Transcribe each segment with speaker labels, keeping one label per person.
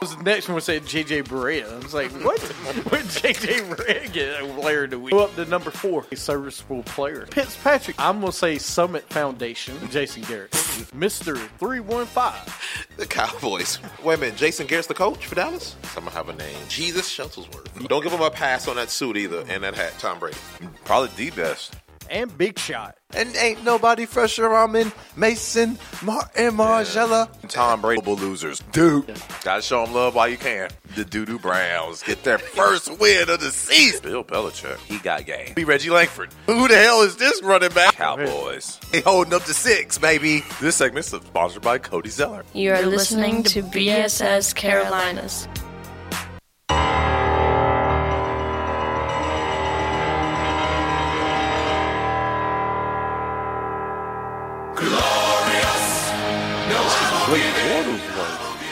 Speaker 1: The next one said JJ Barea. I was like, what? what JJ Barea get player do we? Go up to number four, a serviceable player. Fitzpatrick, I'm going to say Summit Foundation, Jason Garrett. Mr. 315.
Speaker 2: The Cowboys. Wait a minute, Jason Garrett's the coach for Dallas? Someone have a name. Jesus Shuttlesworth. Don't give him a pass on that suit either and that hat, Tom Brady.
Speaker 3: Probably the best.
Speaker 1: and Big Shot.
Speaker 4: And ain't nobody fresher on in Mason, Martin, Margella.
Speaker 3: Tom Brady, Global losers. Dude, gotta show them love while you can. The Doodoo Browns get their first win of the season. Bill Belichick, he got game. Be Reggie Langford. Who the hell is this running back? Cowboys.
Speaker 4: They holding up to six, baby.
Speaker 3: This segment's sponsored by Cody Zeller.
Speaker 5: You're, listening, to BSS Carolinas.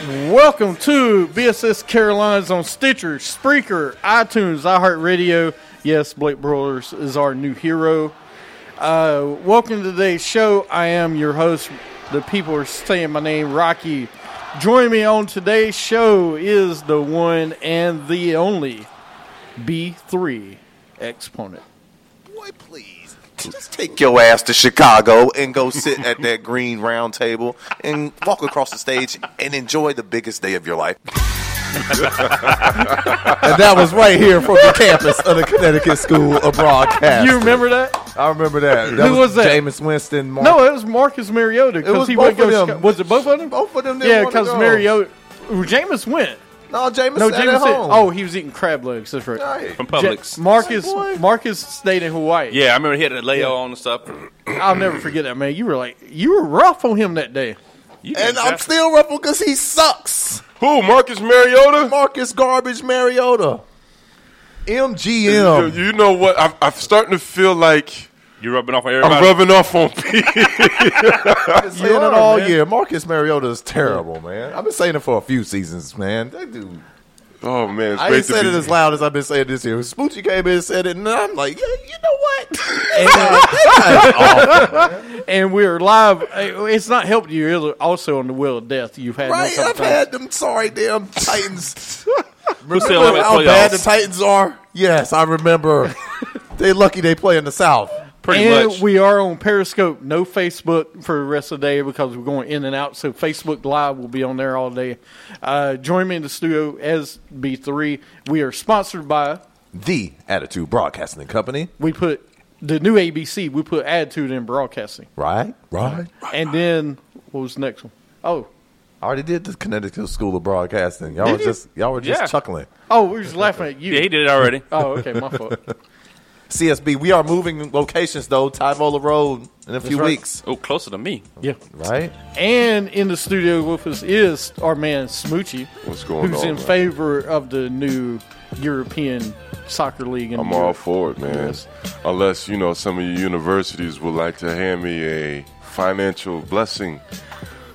Speaker 1: Welcome to BSS Carolinas on Stitcher, Spreaker, iTunes, iHeartRadio. Yes, Blake Brothers is our new hero. Uh, welcome to today's show. I am your host. The people are saying my name, Rocky. Joining me on today's show is the one and the only B3 exponent.
Speaker 2: Boy, please.
Speaker 3: Just take your ass to Chicago and go sit at that green round table and walk across the stage and enjoy the biggest day of your life.
Speaker 4: And that was right here from the campus of the Connecticut School of Broadcast.
Speaker 1: You remember that?
Speaker 4: I remember that.
Speaker 1: Who was that?
Speaker 4: Jameis Winston. Mark.
Speaker 1: No, it was Marcus Mariota because
Speaker 4: was
Speaker 1: he went
Speaker 4: both of
Speaker 1: go.
Speaker 4: them.
Speaker 1: Was it both of them?
Speaker 4: both of them. didn't
Speaker 1: Yeah,
Speaker 4: wanna
Speaker 1: because
Speaker 4: go.
Speaker 1: Mariota, well, Jameis went.
Speaker 4: No, Jameis.
Speaker 1: No,
Speaker 4: sat
Speaker 1: Jameis.
Speaker 4: At
Speaker 1: said-
Speaker 4: home.
Speaker 1: oh, he was eating crab legs. That's right.
Speaker 4: Right.
Speaker 6: from
Speaker 1: Ja-
Speaker 6: Publix.
Speaker 1: Marcus
Speaker 4: Boy.
Speaker 1: Marcus stayed in Hawaii.
Speaker 6: yeah, I remember he had a layo on and stuff.
Speaker 1: I'll never forget that man. You were like you were rough on him that day.
Speaker 6: You
Speaker 4: And
Speaker 6: can
Speaker 4: I'm
Speaker 6: drive-
Speaker 4: still ruffled because he sucks.
Speaker 6: who Marcus Mariota.
Speaker 4: Marcus Garbage Mariota. MGM.
Speaker 7: Yo, you know what? I'm, I'm starting to feel like
Speaker 6: You rubbing off on
Speaker 7: I'm
Speaker 6: everybody.
Speaker 7: rubbing off on people.
Speaker 4: I've been saying
Speaker 1: You
Speaker 4: it
Speaker 1: are,
Speaker 4: all
Speaker 1: man.
Speaker 4: year. Marcus Mariota is terrible, man. I've been saying it for a few seasons, man. That dude.
Speaker 7: Oh man, it's
Speaker 4: I
Speaker 7: great
Speaker 4: ain't
Speaker 7: to
Speaker 4: said
Speaker 7: be
Speaker 4: it as loud as I've been saying this year. Spoochie came in and said it, and I'm like, yeah, you know what?
Speaker 1: uh, And we are live. Eh, It's not helped you either. Also on the wheel of death, you've had
Speaker 4: right?
Speaker 1: no
Speaker 4: I've had them sorry damn Titans.
Speaker 6: still in
Speaker 4: remember
Speaker 6: the
Speaker 4: how bad
Speaker 6: playoffs?
Speaker 4: the Titans are? Yes, I remember. they lucky they play in the South.
Speaker 6: Pretty
Speaker 1: and
Speaker 6: much.
Speaker 1: we are on Periscope, no Facebook for the rest of the day because we're going in and out. So Facebook Live will be on there all day. Uh, join me in the studio as B3. We are sponsored by
Speaker 4: The Attitude Broadcasting Company.
Speaker 1: we put the new ABC. We put attitude in broadcasting,
Speaker 4: Right? Right.
Speaker 1: and then what was the next one? Oh,
Speaker 4: I already did the Connecticut School of Broadcasting. Y'all were
Speaker 1: you?
Speaker 4: just y'all were just
Speaker 6: Yeah.
Speaker 4: chuckling.
Speaker 1: oh, we were just laughing at you.
Speaker 6: Yeah, he did it already.
Speaker 1: Oh, okay, my fault.
Speaker 4: CSB, we are moving locations though. Tyvola Road in a few
Speaker 1: right.
Speaker 4: weeks,
Speaker 6: Oh, closer to me.
Speaker 1: Yeah.
Speaker 4: right?
Speaker 1: And in the studio with us is our man Smoochie,
Speaker 7: What's going
Speaker 1: who's
Speaker 7: on,
Speaker 1: in
Speaker 7: man?
Speaker 1: favor of the new European soccer league. In
Speaker 7: I'm
Speaker 1: Europe.
Speaker 7: all for it, man.
Speaker 1: Yes.
Speaker 7: Unless you know some of your universities would like to hand me a financial blessing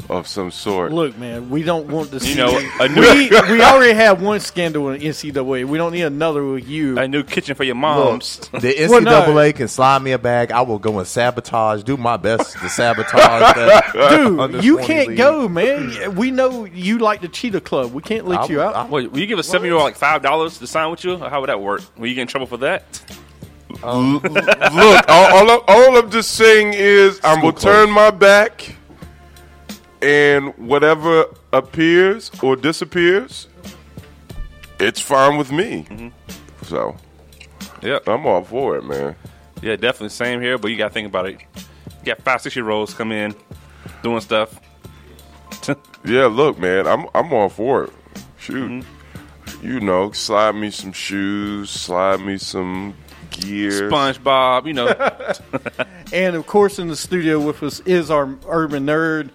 Speaker 7: of some sort.
Speaker 1: Look, man, we don't want to see.
Speaker 6: You know, a
Speaker 1: we,
Speaker 6: new
Speaker 1: we already have one scandal in NCAA. We don't need another with you.
Speaker 6: a new kitchen for your moms.
Speaker 4: The NCAA
Speaker 1: Well, no.
Speaker 4: can slide me a bag. I will go and sabotage. Do my best to sabotage that.
Speaker 1: Dude,
Speaker 4: under
Speaker 1: you
Speaker 4: 20
Speaker 1: can't
Speaker 4: league.
Speaker 1: go, man. We know you like the Cheetah Club. We can't let
Speaker 4: I-
Speaker 1: you out.
Speaker 4: I-
Speaker 6: Wait, will you give a seven year old like five dollars to sign with you? Or how would that work? Will you get in trouble for that?
Speaker 7: Look, all, all, I'm, all I'm just saying is I'm gonna turn my back, and whatever appears or disappears, it's fine with me. So
Speaker 6: Yeah,
Speaker 7: I'm all for it, man.
Speaker 6: yeah, definitely same here. But you gotta think about it. You got five, six year olds come in doing stuff.
Speaker 7: Yeah, look, man, I'm I'm all for it. Shoot,
Speaker 6: Mm-hmm.
Speaker 7: you know, slide me some shoes, slide me some gear.
Speaker 6: SpongeBob, you know,
Speaker 1: And of course, in the studio with us is our urban nerd.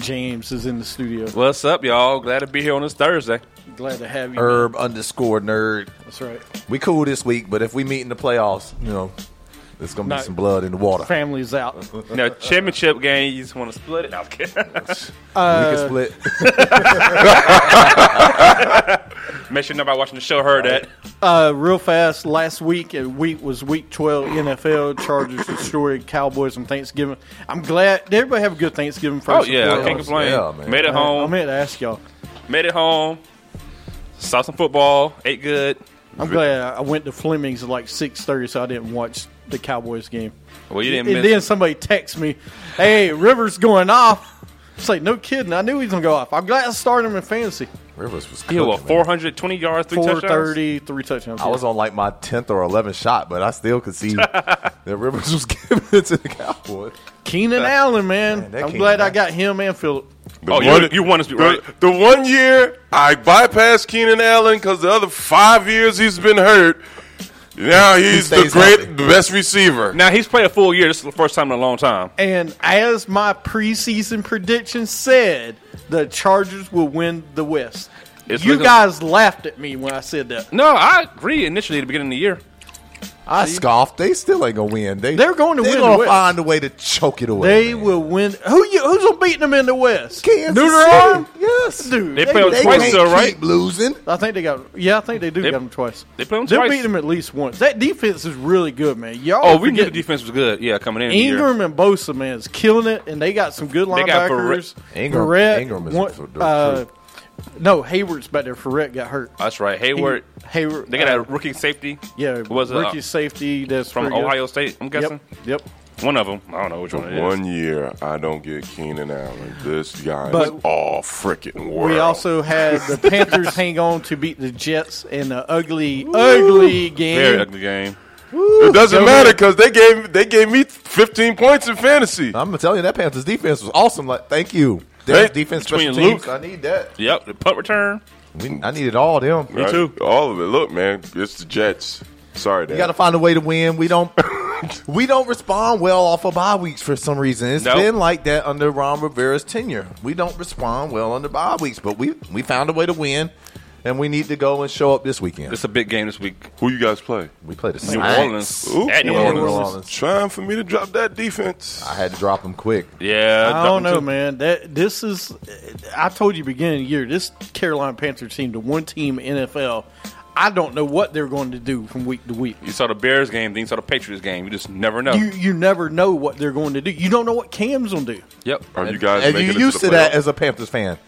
Speaker 1: James is in the studio.
Speaker 6: what's up, y'all? Glad to be here on this Thursday.
Speaker 1: Glad to have you.
Speaker 6: Er.
Speaker 4: Herb underscore nerd.
Speaker 1: That's right.
Speaker 4: We cool this week, but if we meet in the playoffs, you know, There's gonna be
Speaker 1: No.
Speaker 4: some blood in the water.
Speaker 1: Families out.
Speaker 6: Now, championship game, you just want to split it. No, I'm kidding.
Speaker 4: we can split.
Speaker 6: Make sure nobody watching the show heard that.
Speaker 1: Uh, real fast, last week uh, week was week twelve NFL. Chargers destroyed Cowboys on Thanksgiving. I'm glad did everybody have a good Thanksgiving.
Speaker 6: Oh,
Speaker 1: First and
Speaker 6: yeah, I
Speaker 1: foremost?
Speaker 6: can't complain.
Speaker 4: Yeah, man.
Speaker 6: Made it
Speaker 1: I
Speaker 6: home.
Speaker 1: meant to ask y'all.
Speaker 6: Made it home. Saw some football. Ate good.
Speaker 1: I'm glad I went to Fleming's at like six thirty, so I didn't watch the Cowboys game.
Speaker 6: Well, you didn't
Speaker 1: and
Speaker 6: miss.
Speaker 1: then somebody texts me, "Hey, Rivers going off." It's like no kidding. I knew he was gonna go off. I'm glad I started him in fantasy.
Speaker 4: Rivers was
Speaker 6: He
Speaker 4: cooking,
Speaker 6: had, what,
Speaker 4: man.
Speaker 6: 420 yards, three
Speaker 1: Four
Speaker 6: touchdowns?
Speaker 1: thirty, three touchdowns.
Speaker 4: I was on like my tenth or eleventh shot, but I still could see that Rivers was giving it to the Cowboys.
Speaker 1: Keenan Allen, man.
Speaker 4: Man, that
Speaker 1: I'm
Speaker 4: Keenan
Speaker 1: glad I
Speaker 4: Allen.
Speaker 1: got him and Phillip.
Speaker 6: Oh, you, you won us, right?
Speaker 7: The, the one year I bypassed Keenan Allen because the other five years he's been hurt. Now he's the
Speaker 4: stays
Speaker 7: great,
Speaker 4: healthy.
Speaker 7: the best receiver.
Speaker 6: Now, he's played a full year. This is the first time in a long time.
Speaker 1: And as my preseason prediction said, the Chargers will win the West.
Speaker 6: It's
Speaker 1: you
Speaker 6: looking-
Speaker 1: guys laughed at me when I said that.
Speaker 6: No, I agree initially at the beginning of the year.
Speaker 4: I scoffed. They still ain't gonna win. They
Speaker 1: They're going to
Speaker 4: they
Speaker 1: win the
Speaker 4: Gonna
Speaker 1: West.
Speaker 4: find a way to choke it away.
Speaker 1: They
Speaker 4: man.
Speaker 1: will win. Who you, who's beating them in the West?
Speaker 4: Kansas
Speaker 1: Neuter
Speaker 4: City.
Speaker 1: Arm?
Speaker 4: Yes,
Speaker 1: Dude,
Speaker 6: They
Speaker 1: they-
Speaker 6: play them
Speaker 4: They
Speaker 6: twice,
Speaker 4: can't
Speaker 6: though, right?
Speaker 4: keep losing.
Speaker 1: I think they got. Yeah, I think they do
Speaker 6: They-
Speaker 1: got them twice.
Speaker 6: they play 'em
Speaker 1: They'll
Speaker 6: twice.
Speaker 1: beat them at least once. That defense is really good, man. Y'all.
Speaker 6: Oh, we knew the
Speaker 1: forget-
Speaker 6: defense was good. Yeah, coming in.
Speaker 1: Ingram and Bosa, man, is killing it, and they got some good
Speaker 6: They
Speaker 1: linebackers.
Speaker 6: got
Speaker 4: Barrett- Ingram-
Speaker 1: Barrett,
Speaker 4: Ingram is
Speaker 1: one-
Speaker 4: for-
Speaker 1: uh, no Hayward's back there. Ferret got hurt.
Speaker 6: That's right. Uh, Hayward.
Speaker 1: Hayward.
Speaker 6: They got
Speaker 1: uh,
Speaker 6: a rookie safety.
Speaker 1: Yeah,
Speaker 6: was it, uh,
Speaker 1: rookie safety that's
Speaker 6: from
Speaker 1: pretty good.
Speaker 6: Ohio State. I'm guessing
Speaker 1: Yep, yep.
Speaker 6: one of them. I don't know which one it is.
Speaker 7: One year I don't get Keenan Allen. This guy is
Speaker 1: But-
Speaker 7: all freaking world.
Speaker 1: We also had the Panthers hang on to beat the Jets in an ugly, ugly game.
Speaker 6: Very ugly game.
Speaker 7: it doesn't
Speaker 1: Joe
Speaker 7: matter because they gave they gave me 15 points in fantasy.
Speaker 4: I'm gonna tell you that Panthers defense was awesome. Like, thank you. Their
Speaker 7: Hey,
Speaker 4: defense,
Speaker 6: between
Speaker 4: special teams.
Speaker 6: Luke-
Speaker 4: I need that.
Speaker 6: Yep, the punt return.
Speaker 4: We, I needed all them.
Speaker 7: Me
Speaker 6: too.
Speaker 7: All of it. Look, man, it's the Jets. Sorry,
Speaker 4: We
Speaker 7: Dad.
Speaker 4: got to find a way to win. We don't. we don't respond well off of bye weeks for some reason. It's
Speaker 6: Nope.
Speaker 4: been like that under Ron Rivera's tenure. We don't respond well under bye weeks, but we we found a way to win, and we need to go and show up this weekend.
Speaker 6: It's a big game this week.
Speaker 7: Who you guys play?
Speaker 4: We played the
Speaker 6: New
Speaker 4: Saints.
Speaker 6: Orleans at New
Speaker 4: Yeah,
Speaker 6: Orleans.
Speaker 4: New Orleans.
Speaker 7: Trying for me to drop that defense.
Speaker 4: I had to drop them quick.
Speaker 6: Yeah,
Speaker 1: I don't
Speaker 6: Dalton
Speaker 1: know,
Speaker 6: too.
Speaker 1: man. That this is. I told you beginning of the year this Carolina Panther team, the one team NFL. I don't know what they're going to do from week to week.
Speaker 6: You saw the Bears game, then you saw the Patriots game. You just never know.
Speaker 1: You you never know what they're going to do. You don't know what Cam's going to do.
Speaker 6: yep.
Speaker 7: Are you guys
Speaker 4: And
Speaker 7: making
Speaker 4: you
Speaker 7: it
Speaker 4: used
Speaker 7: the
Speaker 4: to that
Speaker 7: playoffs?
Speaker 4: as a Panthers fan.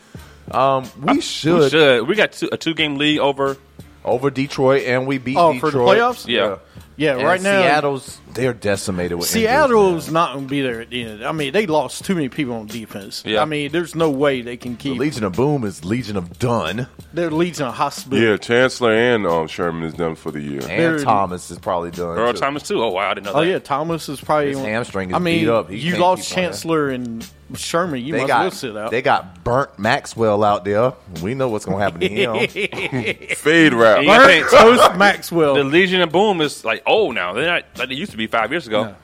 Speaker 4: Um, we should,
Speaker 6: We should. We got two, a two-game lead over.
Speaker 4: over Detroit, and we beat
Speaker 1: Oh,
Speaker 4: Detroit.
Speaker 1: for the playoffs.
Speaker 6: Yeah.
Speaker 1: yeah.
Speaker 4: And
Speaker 1: right now,
Speaker 4: Seattle's they're decimated with injuries,
Speaker 1: Seattle's
Speaker 4: man.
Speaker 1: not going to be there at the end. I mean, they lost too many people on defense.
Speaker 6: Yeah.
Speaker 1: I mean, there's no way they can
Speaker 4: The
Speaker 1: keep
Speaker 4: Legion of Boom is Legion of Done.
Speaker 1: their leads in a hospital.
Speaker 7: Yeah, Chancellor and um, Sherman is done for the year.
Speaker 4: And
Speaker 1: They're-
Speaker 4: Thomas is probably done.
Speaker 6: Earl
Speaker 4: too.
Speaker 6: Thomas too. Oh wow, I didn't know
Speaker 1: Oh
Speaker 6: that.
Speaker 1: yeah, Thomas is probably.
Speaker 4: His hamstring is
Speaker 1: I mean,
Speaker 4: beat up. He
Speaker 1: you
Speaker 4: can't
Speaker 1: lost
Speaker 4: keep on that.
Speaker 1: Chancellor and Sherman. You
Speaker 4: They
Speaker 1: must
Speaker 4: got,
Speaker 1: as well sit out.
Speaker 4: they got burnt Maxwell out there. We know what's going to happen to him.
Speaker 7: Fade route.
Speaker 6: And you gotta think,
Speaker 1: Toast Maxwell.
Speaker 6: the Legion of Boom is like old now. They're not like they used to be five years ago.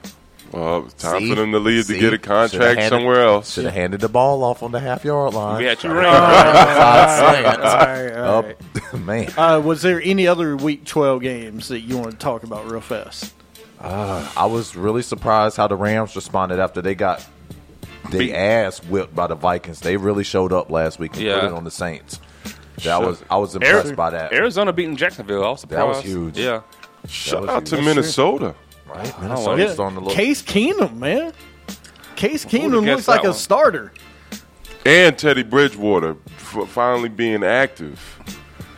Speaker 7: Well, it's Uh, time
Speaker 4: See?
Speaker 7: for them to leave
Speaker 4: See?
Speaker 7: to get
Speaker 4: Shoulda
Speaker 7: a contract
Speaker 4: handed-
Speaker 7: somewhere else.
Speaker 4: Should have handed the ball off on the half yard line.
Speaker 6: We had two Uh,
Speaker 4: Outside Saints.
Speaker 1: Alright, alright.
Speaker 4: Up- man.
Speaker 1: Uh, was there any other Week 12 games that you want to talk about real fast?
Speaker 4: I was really surprised how the Rams responded after they got
Speaker 6: Beat.
Speaker 4: the ass whipped by the Vikings. They really showed up last week and
Speaker 6: Yeah.
Speaker 4: put it on the Saints. That was I was impressed
Speaker 6: Ari-
Speaker 4: by that.
Speaker 6: Arizona beating Jacksonville. I was
Speaker 4: That was
Speaker 6: surprised.
Speaker 4: huge.
Speaker 6: Yeah.
Speaker 7: Shout
Speaker 4: was
Speaker 7: out to
Speaker 4: huge.
Speaker 7: Minnesota.
Speaker 4: right? Minnesota's on the look.
Speaker 1: Case Keenum, man. Case Keenum
Speaker 6: would've
Speaker 1: looks
Speaker 6: guessed
Speaker 1: like
Speaker 6: that
Speaker 1: a
Speaker 6: one?
Speaker 1: starter.
Speaker 7: And Teddy Bridgewater for finally being active.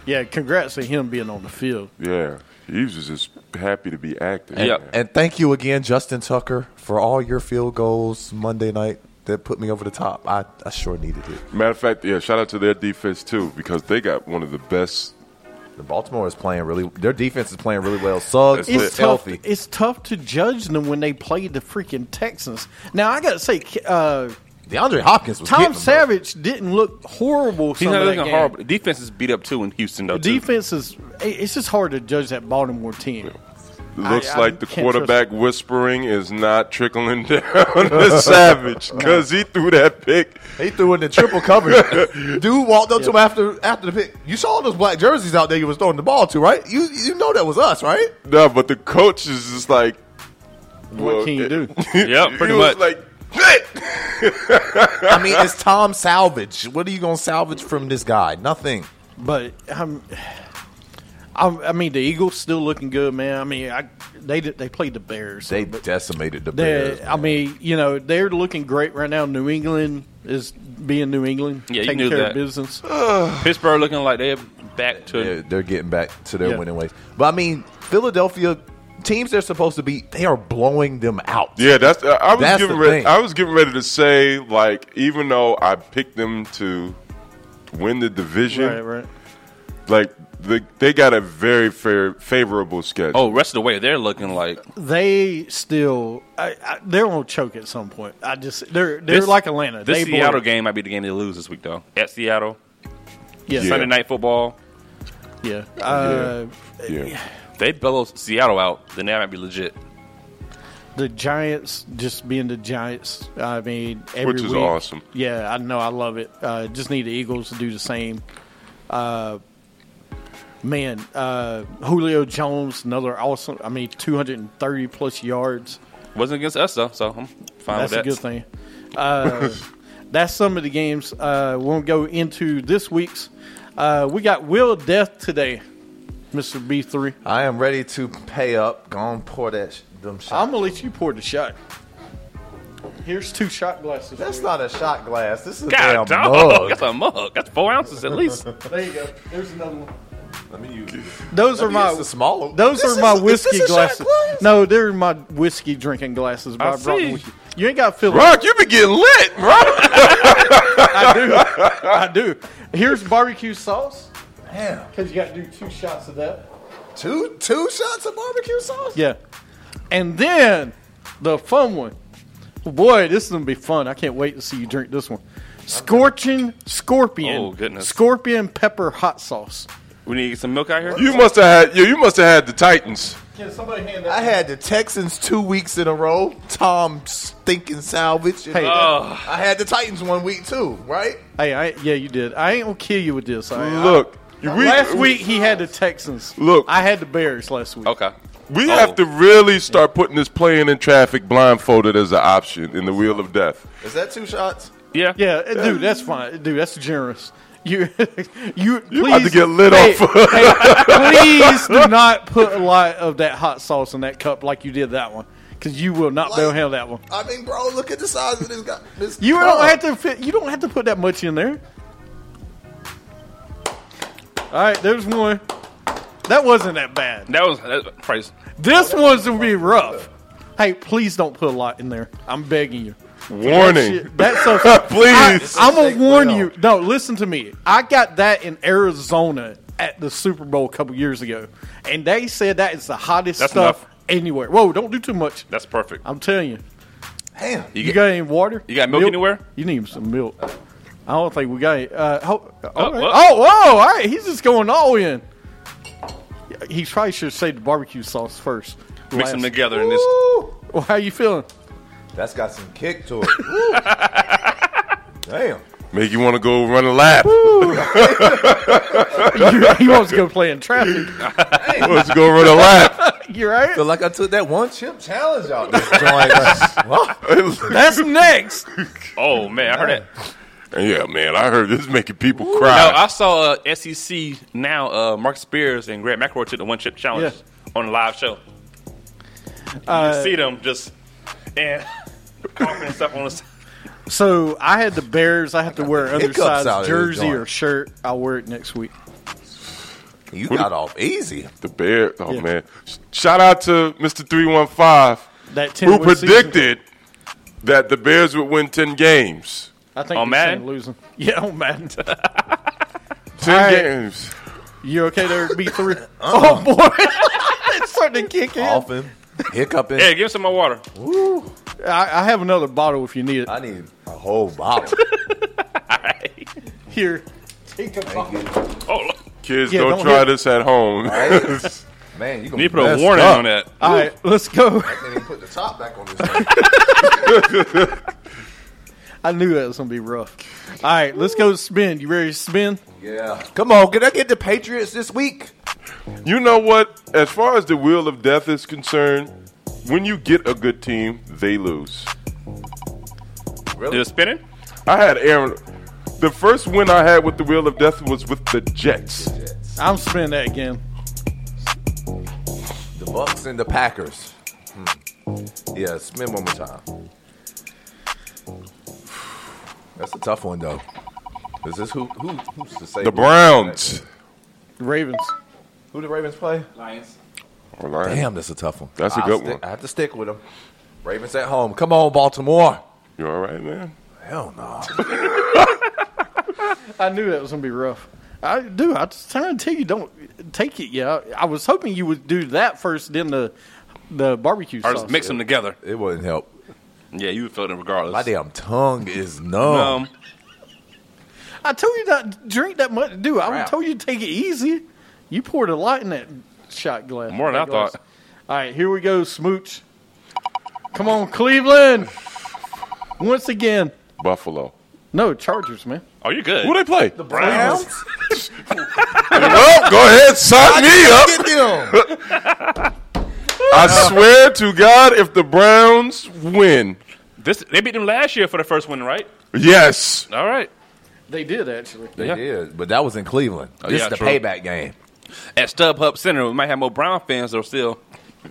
Speaker 1: Yeah, congrats to him being on the field.
Speaker 7: Yeah, he was just happy to be active.
Speaker 6: Yeah.
Speaker 7: man.
Speaker 4: And thank you again, Justin Tucker, for all your field goals Monday night that put me over the top. I, I sure needed it.
Speaker 7: Matter of fact, yeah, shout out to their defense too because they got one of the best.
Speaker 4: The Baltimore is playing really. Their defense is playing really well. Suggs
Speaker 7: That's
Speaker 4: is
Speaker 1: It's
Speaker 7: it.
Speaker 1: tough.
Speaker 4: healthy.
Speaker 1: It's tough to judge them when they played the freaking Texans. Now I gotta say, uh,
Speaker 4: DeAndre Hopkins was hitting
Speaker 1: Tom
Speaker 4: them,
Speaker 1: Savage didn't look horrible.
Speaker 6: He's
Speaker 1: some
Speaker 6: not
Speaker 1: of that
Speaker 6: looking
Speaker 1: game.
Speaker 6: horrible. The defense is beat up too in Houston though.
Speaker 1: The
Speaker 6: too.
Speaker 1: defense is. it- It's just hard to judge that Baltimore team.
Speaker 7: Looks
Speaker 1: I
Speaker 7: like the
Speaker 1: can't trust-
Speaker 7: quarterback whispering is not trickling down to Savage because he threw that pick.
Speaker 4: though. He threw in the triple coverage. Dude walked up to him after after the pick. You saw those black jerseys out there. You was throwing the ball to, right? You you know that was us, right?
Speaker 7: No, but the coach is just like,
Speaker 1: What
Speaker 7: Well,
Speaker 1: can you
Speaker 7: it-
Speaker 1: do?
Speaker 6: Yeah,
Speaker 7: He
Speaker 6: pretty
Speaker 7: was
Speaker 6: much.
Speaker 7: like,
Speaker 4: I mean, it's Tom salvage. What are you gonna salvage from this guy? Nothing.
Speaker 1: But um, I, I mean, the Eagles still looking good, man. I mean, I they did- they played the Bears.
Speaker 4: They decimated the
Speaker 1: They,
Speaker 4: Bears.
Speaker 1: I mean, you know, they're looking great right now. New England is being New England,
Speaker 6: Yeah, you
Speaker 1: taking
Speaker 6: knew
Speaker 1: care
Speaker 6: that. Oh,
Speaker 1: of business.
Speaker 6: Pittsburgh looking like they're back to
Speaker 4: They're, they're getting back to their
Speaker 1: Yeah.
Speaker 4: winning ways. But I mean, Philadelphia teams they're supposed to beat, they are blowing them out.
Speaker 7: yeah, that's. I I was
Speaker 4: That's
Speaker 7: getting
Speaker 4: the
Speaker 7: ready.
Speaker 4: thing.
Speaker 7: I was getting ready to say like, even though I picked them to win the division,
Speaker 1: Right, right.
Speaker 7: like the, they got a very fair, favorable schedule.
Speaker 6: Oh, rest of the way they're looking like
Speaker 1: They still, I, I, they're gonna choke at some point. I just, they're they're
Speaker 6: This-
Speaker 1: like Atlanta.
Speaker 6: This
Speaker 1: they
Speaker 6: Seattle
Speaker 1: blow-
Speaker 6: game might be the game they lose this week though. At Seattle,
Speaker 1: yeah,
Speaker 7: Yeah.
Speaker 6: Sunday night football.
Speaker 1: yeah. Uh,
Speaker 7: yeah.
Speaker 6: They blow Seattle out, then that might be legit.
Speaker 1: The Giants, just being the Giants. I mean, every
Speaker 7: Which is
Speaker 1: week.
Speaker 7: awesome.
Speaker 1: Yeah, I know. I love it. Uh, just need the Eagles to do the same. Uh, man, uh, Julio Jones, another awesome. I mean, two hundred and thirty plus yards.
Speaker 6: Wasn't against us though, so I'm
Speaker 7: Oh,
Speaker 6: fine
Speaker 1: That's
Speaker 6: with
Speaker 1: a
Speaker 6: that.
Speaker 1: good thing. Uh, that's some of the games uh, we'll go into this week's. Uh, we got Will Death today, Mister B three.
Speaker 4: I am ready to pay up. Go on, pour that sh- them
Speaker 1: I'm
Speaker 4: shot.
Speaker 1: gonna let you pour the shot. Here's two shot glasses.
Speaker 4: That's
Speaker 1: for
Speaker 4: not a shot glass. This is a
Speaker 6: God,
Speaker 4: damn
Speaker 6: dog,
Speaker 4: mug.
Speaker 6: that's a mug. That's four ounces at least.
Speaker 1: you. There you go. There's another one.
Speaker 4: Let me use it.
Speaker 1: Those are my
Speaker 4: It's the smaller.
Speaker 1: those
Speaker 4: This
Speaker 1: are
Speaker 4: is-
Speaker 1: my
Speaker 4: is this
Speaker 1: whiskey
Speaker 4: a shot
Speaker 1: glasses.
Speaker 4: glass?
Speaker 1: No, they're my whiskey drinking glasses. But I,
Speaker 6: I
Speaker 1: brought them
Speaker 6: see.
Speaker 1: with you. You ain't got to fill it.
Speaker 7: Rock, you be getting lit, Rock.
Speaker 1: I do. I do. Here's barbecue sauce
Speaker 4: Damn.
Speaker 1: because you got to do two shots of that.
Speaker 4: Two two shots of barbecue sauce.
Speaker 1: Yeah. And then the fun one. Boy, this is gonna be fun. I can't wait to see you drink this one. Scorching scorpion.
Speaker 6: Oh, goodness.
Speaker 1: Scorpion pepper hot sauce.
Speaker 6: We need to get some milk out here.
Speaker 7: You must have had. You, you must have had the Titans.
Speaker 1: Can somebody hand
Speaker 4: I had the Texans two weeks in a row. Tom stinking salvage.
Speaker 1: Hey,
Speaker 4: I had the Titans one week too. Right.
Speaker 1: hey, I, yeah, you did. I ain't gonna kill you with this. I, I-
Speaker 7: Look, we,
Speaker 1: last week he had the Texans.
Speaker 7: Look.
Speaker 1: I had the Bears last week.
Speaker 6: Okay.
Speaker 7: we
Speaker 6: Oh.
Speaker 7: have to really start putting this playing in traffic blindfolded as an option in the wheel of death.
Speaker 4: Is that two shots?
Speaker 6: Yeah.
Speaker 1: Yeah, eh, dude, that's fine. Dude, that's generous. You, you, please,
Speaker 7: about to get lit
Speaker 1: hey,
Speaker 7: off.
Speaker 1: hey, please do not put a lot of that hot sauce in that cup like you did that one, because you will not be able to handle that one.
Speaker 4: I mean, bro, look at the size of this guy. This
Speaker 1: You
Speaker 4: club.
Speaker 1: don't
Speaker 7: uh-uh.
Speaker 1: have to fit. You don't have to put that much in there. All right, there's one. That wasn't that bad.
Speaker 6: That was that's price.
Speaker 1: This one's gonna be rough. Hey, please don't put a lot in there. I'm begging you.
Speaker 7: Warning.
Speaker 1: Shit, That's so.
Speaker 7: Please.
Speaker 1: I, am gonna
Speaker 4: Take
Speaker 1: warn
Speaker 4: well.
Speaker 1: you. No, listen to me. I got that in Arizona at the Super Bowl a couple years ago, and they said that is the hottest
Speaker 6: That's
Speaker 1: stuff
Speaker 6: enough.
Speaker 1: anywhere. Whoa, don't do too much.
Speaker 6: That's perfect.
Speaker 1: I'm telling you.
Speaker 4: Damn.
Speaker 1: You, got any water?
Speaker 6: You got milk anywhere?
Speaker 1: You need some milk. I don't think we got. Any. Uh, ho- all right.
Speaker 6: well-
Speaker 1: Oh, whoa! All right, he's just going all in. He probably should have saved the barbecue sauce first.
Speaker 6: Mix them
Speaker 1: Last.
Speaker 6: together in this.
Speaker 1: Well, how you feeling?
Speaker 4: That's got some kick to it. Woo. Damn.
Speaker 7: Make you want to go run a lap.
Speaker 1: he wants to go play in traffic.
Speaker 7: Let's go run a lap.
Speaker 1: You right?
Speaker 4: Feel like I took that one chip challenge out this joint. Like, what?
Speaker 1: That's next.
Speaker 6: Oh man, I heard that.
Speaker 7: yeah, man, I heard this is making people
Speaker 6: No,
Speaker 7: cry.
Speaker 6: I saw uh, SEC now. Uh, Mark Spears and Grant McElroy took the one chip challenge on a live show. you
Speaker 1: Uh,
Speaker 6: can see them just and coughing and stuff on the side.
Speaker 1: So I had the Bears. I have to wear an
Speaker 4: hiccups
Speaker 1: undersized
Speaker 4: out of this
Speaker 1: jersey
Speaker 4: joint.
Speaker 1: or shirt. I'll wear it next week.
Speaker 4: You got off easy.
Speaker 7: the bear. Oh
Speaker 1: Yeah.
Speaker 7: man! Shout out to Mr. Three One Five
Speaker 1: That 10
Speaker 7: who
Speaker 1: win season.
Speaker 7: predicted that the Bears would win ten games.
Speaker 1: I think
Speaker 6: On
Speaker 1: he's saying
Speaker 6: Madden?
Speaker 1: losing. Yeah, on Madden.
Speaker 7: Ten
Speaker 1: right.
Speaker 7: games.
Speaker 1: You okay there, B three?
Speaker 4: Uh-uh.
Speaker 1: Oh boy, it's starting to kick in. I,
Speaker 4: Often. Hiccuping.
Speaker 6: Hey, give me some of my water.
Speaker 1: I have another bottle if you need it.
Speaker 4: I need a whole bottle.
Speaker 1: Here, take a bottle.
Speaker 6: Oh, look.
Speaker 7: Kids,
Speaker 1: Yeah,
Speaker 7: don't,
Speaker 1: don't
Speaker 7: try
Speaker 1: hit-
Speaker 7: this at home.
Speaker 4: Man, you
Speaker 6: you need
Speaker 4: can
Speaker 6: to put a warning on that.
Speaker 1: All right, let's go.
Speaker 4: And put the top back on this thing.
Speaker 1: I knew that was gonna be rough. All right, let's go spin. You ready to spin?
Speaker 4: Yeah. Come on, can I get the Patriots this week?
Speaker 7: you know what? As far as the wheel of death is concerned, when you get a good team, they lose.
Speaker 6: You're spinning?
Speaker 7: I had Aaron. The first win I had with the Wheel of Death was with the Jets.
Speaker 1: I'm spinning that again.
Speaker 4: The Bucks and the Packers. Hmm. Yeah, spin one more time. That's a tough one though. Is this who who who's to say
Speaker 7: The
Speaker 4: who-
Speaker 7: Browns.
Speaker 1: Ravens.
Speaker 4: Who the Ravens play?
Speaker 6: Lions.
Speaker 7: All right.
Speaker 4: Damn, that's a tough one.
Speaker 7: That's a
Speaker 4: I'll
Speaker 7: good
Speaker 4: stick-
Speaker 7: one.
Speaker 4: I have to stick with them. Ravens at home. Come on, Baltimore.
Speaker 7: You all right, man?
Speaker 4: Hell no.
Speaker 1: I knew that was gonna be rough. I do. I just trying to tell you, don't take it. Yeah, I was hoping you would do that first, then the the barbecue
Speaker 6: Or
Speaker 1: sauce.
Speaker 6: just mix them together.
Speaker 4: It wouldn't help.
Speaker 6: Yeah, you would feel them regardless.
Speaker 4: My damn tongue is numb.
Speaker 6: Um,
Speaker 1: I told you not to drink that much, dude. I
Speaker 4: Crap.
Speaker 1: told you to take it easy. You poured a lot in that shot glass.
Speaker 6: More than I
Speaker 1: that glass.
Speaker 6: thought.
Speaker 1: All right, here we go, Smooch. Come on, Cleveland. Once again,
Speaker 7: Buffalo.
Speaker 1: no Chargers, man.
Speaker 6: oh, you're good.
Speaker 7: Who they play?
Speaker 6: Browns.
Speaker 7: well, go ahead, sign me up.
Speaker 4: Get them.
Speaker 7: I swear to God, if the Browns win,
Speaker 6: This, they beat them last year for the first win, right?
Speaker 7: yes,
Speaker 6: All right.
Speaker 1: They did actually.
Speaker 4: They
Speaker 6: Yeah. Oh,
Speaker 4: did, but that was in Cleveland. this
Speaker 6: yeah,
Speaker 4: is the
Speaker 6: true.
Speaker 4: payback game.
Speaker 6: At StubHub Center, we might have more Brown fans though still.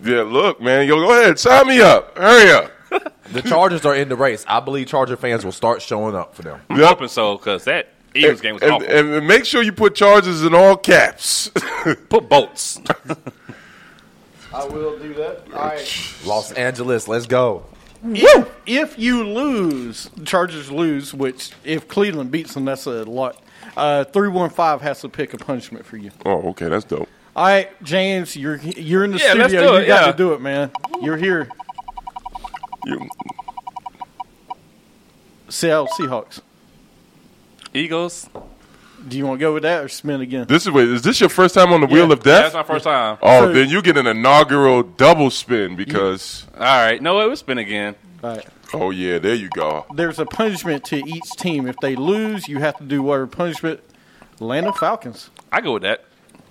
Speaker 7: yeah. Look, man, yo, go ahead, sign me up. Hurry up.
Speaker 4: The Chargers are in the race. I believe Charger fans will start showing up for them.
Speaker 6: I'm
Speaker 7: Yep.
Speaker 6: hoping so because that Eagles game was
Speaker 7: and,
Speaker 6: awful.
Speaker 7: and- and make sure you put charges in all caps.
Speaker 6: Put bolts.
Speaker 1: I will do that. All right.
Speaker 4: Los Angeles, let's go.
Speaker 1: If, if you lose, Chargers lose, which if Cleveland beats them, that's a lot. Uh, 315 has to pick a punishment for you.
Speaker 7: oh, okay, that's dope.
Speaker 1: All right, James, you're you're in the
Speaker 6: Yeah,
Speaker 1: studio.
Speaker 6: let's do
Speaker 1: you
Speaker 6: it,
Speaker 1: got
Speaker 6: yeah.
Speaker 1: to do it, man. You're here.
Speaker 7: You-
Speaker 1: Seattle Seahawks.
Speaker 6: Eagles.
Speaker 1: Do you want to go with that or spin again?
Speaker 7: this is wait, is this your first time on the wheel of
Speaker 6: That's
Speaker 7: death?
Speaker 6: my first time. All
Speaker 7: Oh, then you get an inaugural double spin because
Speaker 6: right. No, it was spin again.
Speaker 1: All right.
Speaker 7: oh yeah, there you go.
Speaker 1: There's a punishment to each team. If they lose, you have to do whatever punishment. Atlanta Falcons.
Speaker 6: I go with that.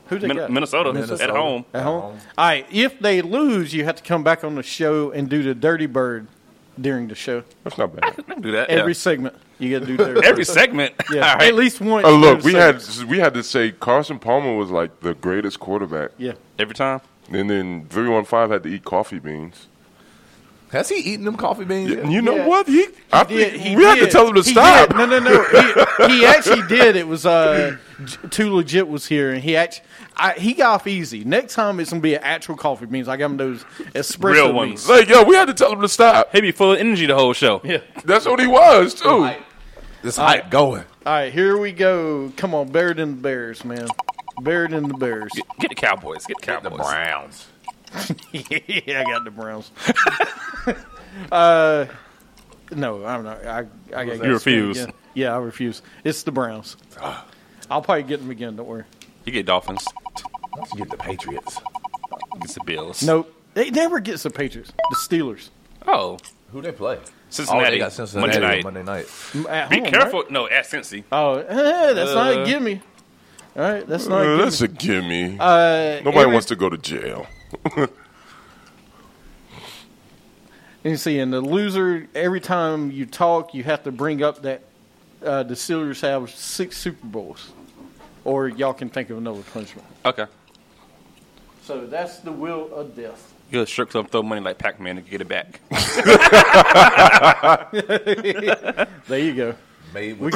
Speaker 1: Who they
Speaker 6: Min-
Speaker 1: got?
Speaker 6: Minnesota,
Speaker 4: Minnesota.
Speaker 6: at home.
Speaker 1: At home. All right. If they lose, you have to come back on the show and do the Dirty Bird during the show.
Speaker 7: That's not bad.
Speaker 6: I can do that.
Speaker 1: Every
Speaker 6: Every
Speaker 1: segment, you got to do Dirty.
Speaker 6: every segment.
Speaker 1: Yeah,
Speaker 6: All right.
Speaker 1: at least one.
Speaker 7: Oh look, we had
Speaker 1: segment.
Speaker 7: we had to say Carson Palmer was like the greatest quarterback,
Speaker 1: Yeah.
Speaker 6: every time.
Speaker 7: and then three one five had to eat coffy beans.
Speaker 4: Has he eaten them coffee beans?
Speaker 7: Y- You know
Speaker 1: Yeah.
Speaker 7: what? He, I
Speaker 1: Did-
Speaker 7: think
Speaker 1: he
Speaker 7: we have to
Speaker 1: did.
Speaker 7: tell him to
Speaker 1: He
Speaker 7: stop.
Speaker 1: did. No, no, no. He, he actually did. It was uh, J- too legit was here, and he actually I, he got off easy. Next time it's gonna be an actual coffee beans. I got him those espresso
Speaker 6: Real
Speaker 1: beans.
Speaker 6: ones.
Speaker 7: Like yo, we had to tell him to stop.
Speaker 6: He be full of energy the whole show.
Speaker 1: Yeah.
Speaker 7: That's what he was too.
Speaker 4: This hype going.
Speaker 1: All right, here we go. Come on, bear it in the bears, man. Bear it in the bears.
Speaker 6: Get the Cowboys. Get the
Speaker 4: The
Speaker 6: Cowboys.
Speaker 4: Browns.
Speaker 1: yeah, I got the Browns. uh, no, I'm not. I, I gotta
Speaker 6: You refuse.
Speaker 1: Yeah. yeah, I refuse. It's the Browns. I'll probably get them again. Don't worry.
Speaker 6: You get Dolphins.
Speaker 4: Once you get the Patriots.
Speaker 6: Get the Bills.
Speaker 1: Nope. They never gets the Patriots. The Steelers.
Speaker 6: Oh.
Speaker 4: Who they play?
Speaker 6: Cincinnati.
Speaker 4: Oh, they got Cincinnati
Speaker 6: Monday night.
Speaker 4: Monday night.
Speaker 1: At
Speaker 6: Be
Speaker 1: home, Oh, right?
Speaker 6: careful. No, at Cincy.
Speaker 1: Oh, eh, that's not a
Speaker 6: Uh.
Speaker 1: gimme. All right, that's not
Speaker 7: Uh,
Speaker 1: a
Speaker 7: that's
Speaker 1: gimme.
Speaker 7: a gimme.
Speaker 1: Uh,
Speaker 7: Nobody
Speaker 1: every-
Speaker 7: wants to go to jail.
Speaker 1: You see, and the loser, every time you talk, you have to bring up that uh, the Steelers have six Super Bowls, or y'all can think of another punishment.
Speaker 6: Okay.
Speaker 1: So that's the will of death.
Speaker 6: You go to strip club, throw money like Pac Man and get it back.
Speaker 1: There you go.
Speaker 4: Made with,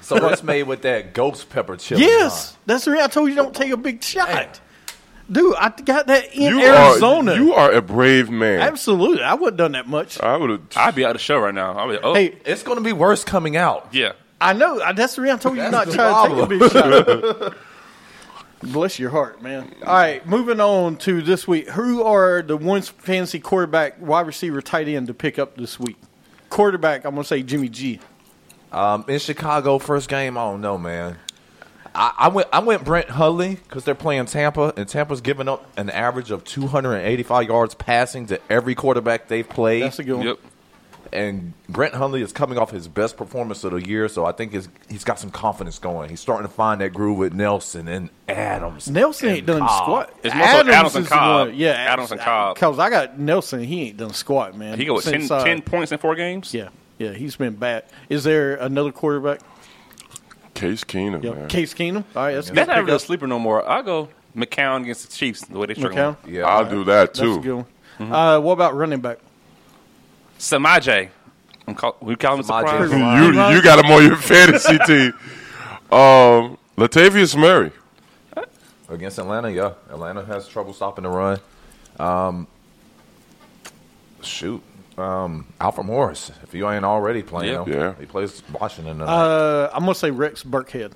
Speaker 4: so what's made with that ghost pepper chili?
Speaker 1: Yes, that's the reason I told you don't take a big shot, dude. I got that in
Speaker 7: You
Speaker 1: Arizona.
Speaker 7: are Uh, you are a brave man.
Speaker 1: Absolutely, I wouldn't done that much.
Speaker 7: I would have.
Speaker 6: I'd be out of the show right now. I'd be, oh,
Speaker 1: Hey,
Speaker 4: huh? It's going to be worse coming out.
Speaker 6: yeah.
Speaker 1: I know. I- That's the reason I told you
Speaker 4: That's
Speaker 1: not
Speaker 4: the
Speaker 1: trying to take a big shot. Bless your heart, man. All right, moving on to this week. Who are the ones fantasy quarterback, wide receiver, tight end to pick up this week? Quarterback, I'm gonna say Jimmy G.
Speaker 4: Um, in Chicago, first game. I don't know, man. I, I went. I went Brent Hudley because they're playing Tampa, and Tampa's giving up an average of 285 yards passing to every quarterback they've played.
Speaker 1: That's a good one.
Speaker 6: Yep.
Speaker 4: And Grant Hundley is coming off his best performance of the year, so I think he's, he's got some confidence going. He's starting to find that groove with Nelson and Adams.
Speaker 1: Nelson ain't done
Speaker 4: Cobb.
Speaker 1: squat.
Speaker 6: It's more so Adams and
Speaker 1: is the
Speaker 6: Cobb.
Speaker 1: one- Yeah,
Speaker 6: Adams and Cobb.
Speaker 1: Because I got Nelson. He ain't done squat, man.
Speaker 6: He got what, 10,
Speaker 1: Since, uh,
Speaker 6: 10 points in four games.
Speaker 1: Yeah, yeah. He's been bad. Is there another quarterback?
Speaker 7: Case Keenum,
Speaker 1: Yep.
Speaker 7: man.
Speaker 1: Case Keenum. All right, that's a
Speaker 6: They're
Speaker 1: good.
Speaker 6: not
Speaker 1: Pick
Speaker 6: really a
Speaker 1: up.
Speaker 6: sleeper no more. I'll go McCown against the Chiefs the way they're
Speaker 1: McCown.
Speaker 6: struggling.
Speaker 4: Yeah,
Speaker 7: I'll do that
Speaker 1: That's a
Speaker 7: too.
Speaker 1: good one.
Speaker 6: Mm-hmm.
Speaker 1: Uh, what about running back?
Speaker 6: Samaje. I'm call, we call him a
Speaker 4: Samaje.
Speaker 6: surprise.
Speaker 7: You
Speaker 1: Right.
Speaker 7: you got him on your fantasy team. Um, Latavius Murray.
Speaker 4: Against Atlanta, yeah. Atlanta has trouble stopping the run. Um, shoot. Um, Alfred Morris, if you ain't already playing
Speaker 6: Yeah.
Speaker 4: him,
Speaker 7: Yeah.
Speaker 4: he plays Washington. tonight.
Speaker 1: Uh, I'm gonna say Rex Burkhead,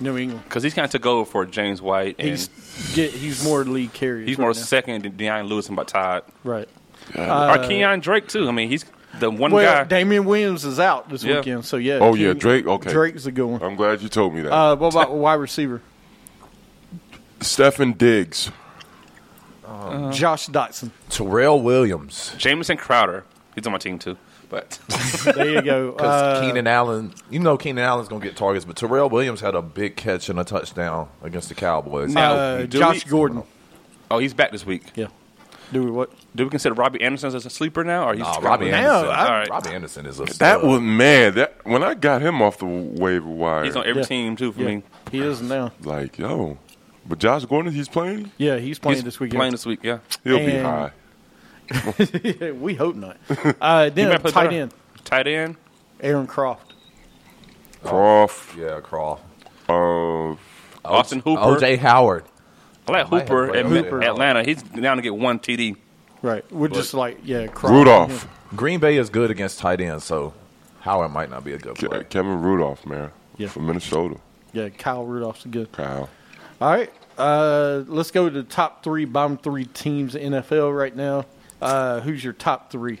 Speaker 1: New England.
Speaker 6: Because he's kind of took over for James White. And
Speaker 1: He's
Speaker 6: he's,
Speaker 1: get, he's more lead carrier.
Speaker 6: more
Speaker 1: right now.
Speaker 6: second than Deion Lewis and about Todd.
Speaker 1: right. Uh,
Speaker 6: or Keon Drake, too. I mean, he's the one
Speaker 1: Well,
Speaker 6: guy.
Speaker 1: Damian Williams is out this
Speaker 6: Yeah.
Speaker 1: weekend, so yeah.
Speaker 7: Oh
Speaker 1: King-
Speaker 7: yeah, Drake. Okay,
Speaker 1: Drake's a good one.
Speaker 7: I'm glad you told me that.
Speaker 1: Uh, what about wide receiver?
Speaker 7: Stephen Diggs.
Speaker 1: Josh Dotson.
Speaker 4: Terrell Williams,
Speaker 6: Jameson Crowder. He's on my team, too. But
Speaker 1: There you go.
Speaker 4: because
Speaker 1: Uh,
Speaker 4: Keenan Allen, you know Keenan Allen's gonna get targets, but Terrell Williams had a big catch and a touchdown against the Cowboys.
Speaker 6: Now-
Speaker 1: uh,
Speaker 6: do
Speaker 1: Josh
Speaker 6: we-
Speaker 1: Gordon.
Speaker 6: Oh, he's back this week.
Speaker 1: Yeah. Do we what?
Speaker 6: Do we consider Robbie Anderson as a sleeper now? Or he's
Speaker 4: Nah, Uh, Robbie Anderson.
Speaker 1: I-
Speaker 6: All right.
Speaker 4: Robbie Anderson is a
Speaker 7: That
Speaker 4: stud.
Speaker 7: was man. That when I got him off the waiver wire,
Speaker 6: He's on every
Speaker 1: Yeah.
Speaker 6: team, too, for
Speaker 1: Yeah.
Speaker 6: me.
Speaker 1: He is now.
Speaker 7: like yo, but Josh Gordon, he's playing.
Speaker 1: Yeah, he's playing
Speaker 6: He's
Speaker 1: this weekend.
Speaker 6: Playing this week, yeah.
Speaker 7: He'll be
Speaker 1: And-
Speaker 7: high.
Speaker 1: we hope not. Uh,
Speaker 6: He
Speaker 1: then
Speaker 6: might play
Speaker 1: tight
Speaker 6: better.
Speaker 1: end,
Speaker 6: Tight end.
Speaker 1: Aaron Croft.
Speaker 7: Croft,
Speaker 4: yeah, Crawl.
Speaker 7: uh,
Speaker 6: Austin Hooper.
Speaker 4: OJ Howard.
Speaker 6: I like
Speaker 4: might
Speaker 6: Hooper
Speaker 4: have
Speaker 6: at
Speaker 4: played
Speaker 1: Hooper.
Speaker 6: Atlanta. He's down to get one TD.
Speaker 1: Right. We're just like, yeah, Croft.
Speaker 7: Rudolph,
Speaker 4: Green Bay is good against tight ends, so Howard might not be a good
Speaker 7: Ke- uh,
Speaker 4: player.
Speaker 7: Kevin Rudolph, man,
Speaker 1: Yeah.
Speaker 7: from Minnesota.
Speaker 1: Yeah, Kyle Rudolph's good.
Speaker 7: Kyle,
Speaker 1: All right. Uh, let's go to the top three, bottom three teams in NFL right now. Uh, who's your top three?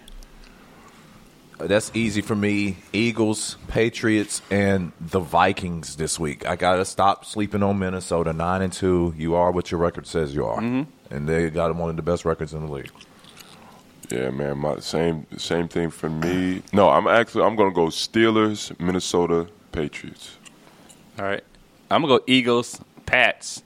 Speaker 4: That's easy for me. Eagles, Patriots, and the Vikings this week. I gotta stop sleeping on Minnesota. Nine and two. You are what your record says you are,
Speaker 6: Mm-hmm.
Speaker 4: and they got one of the best records in the league.
Speaker 7: yeah, man, my same same thing for me. No, I'm actually I'm gonna go Steelers, Minnesota, Patriots.
Speaker 6: All right. I'm going to go Eagles, Pats,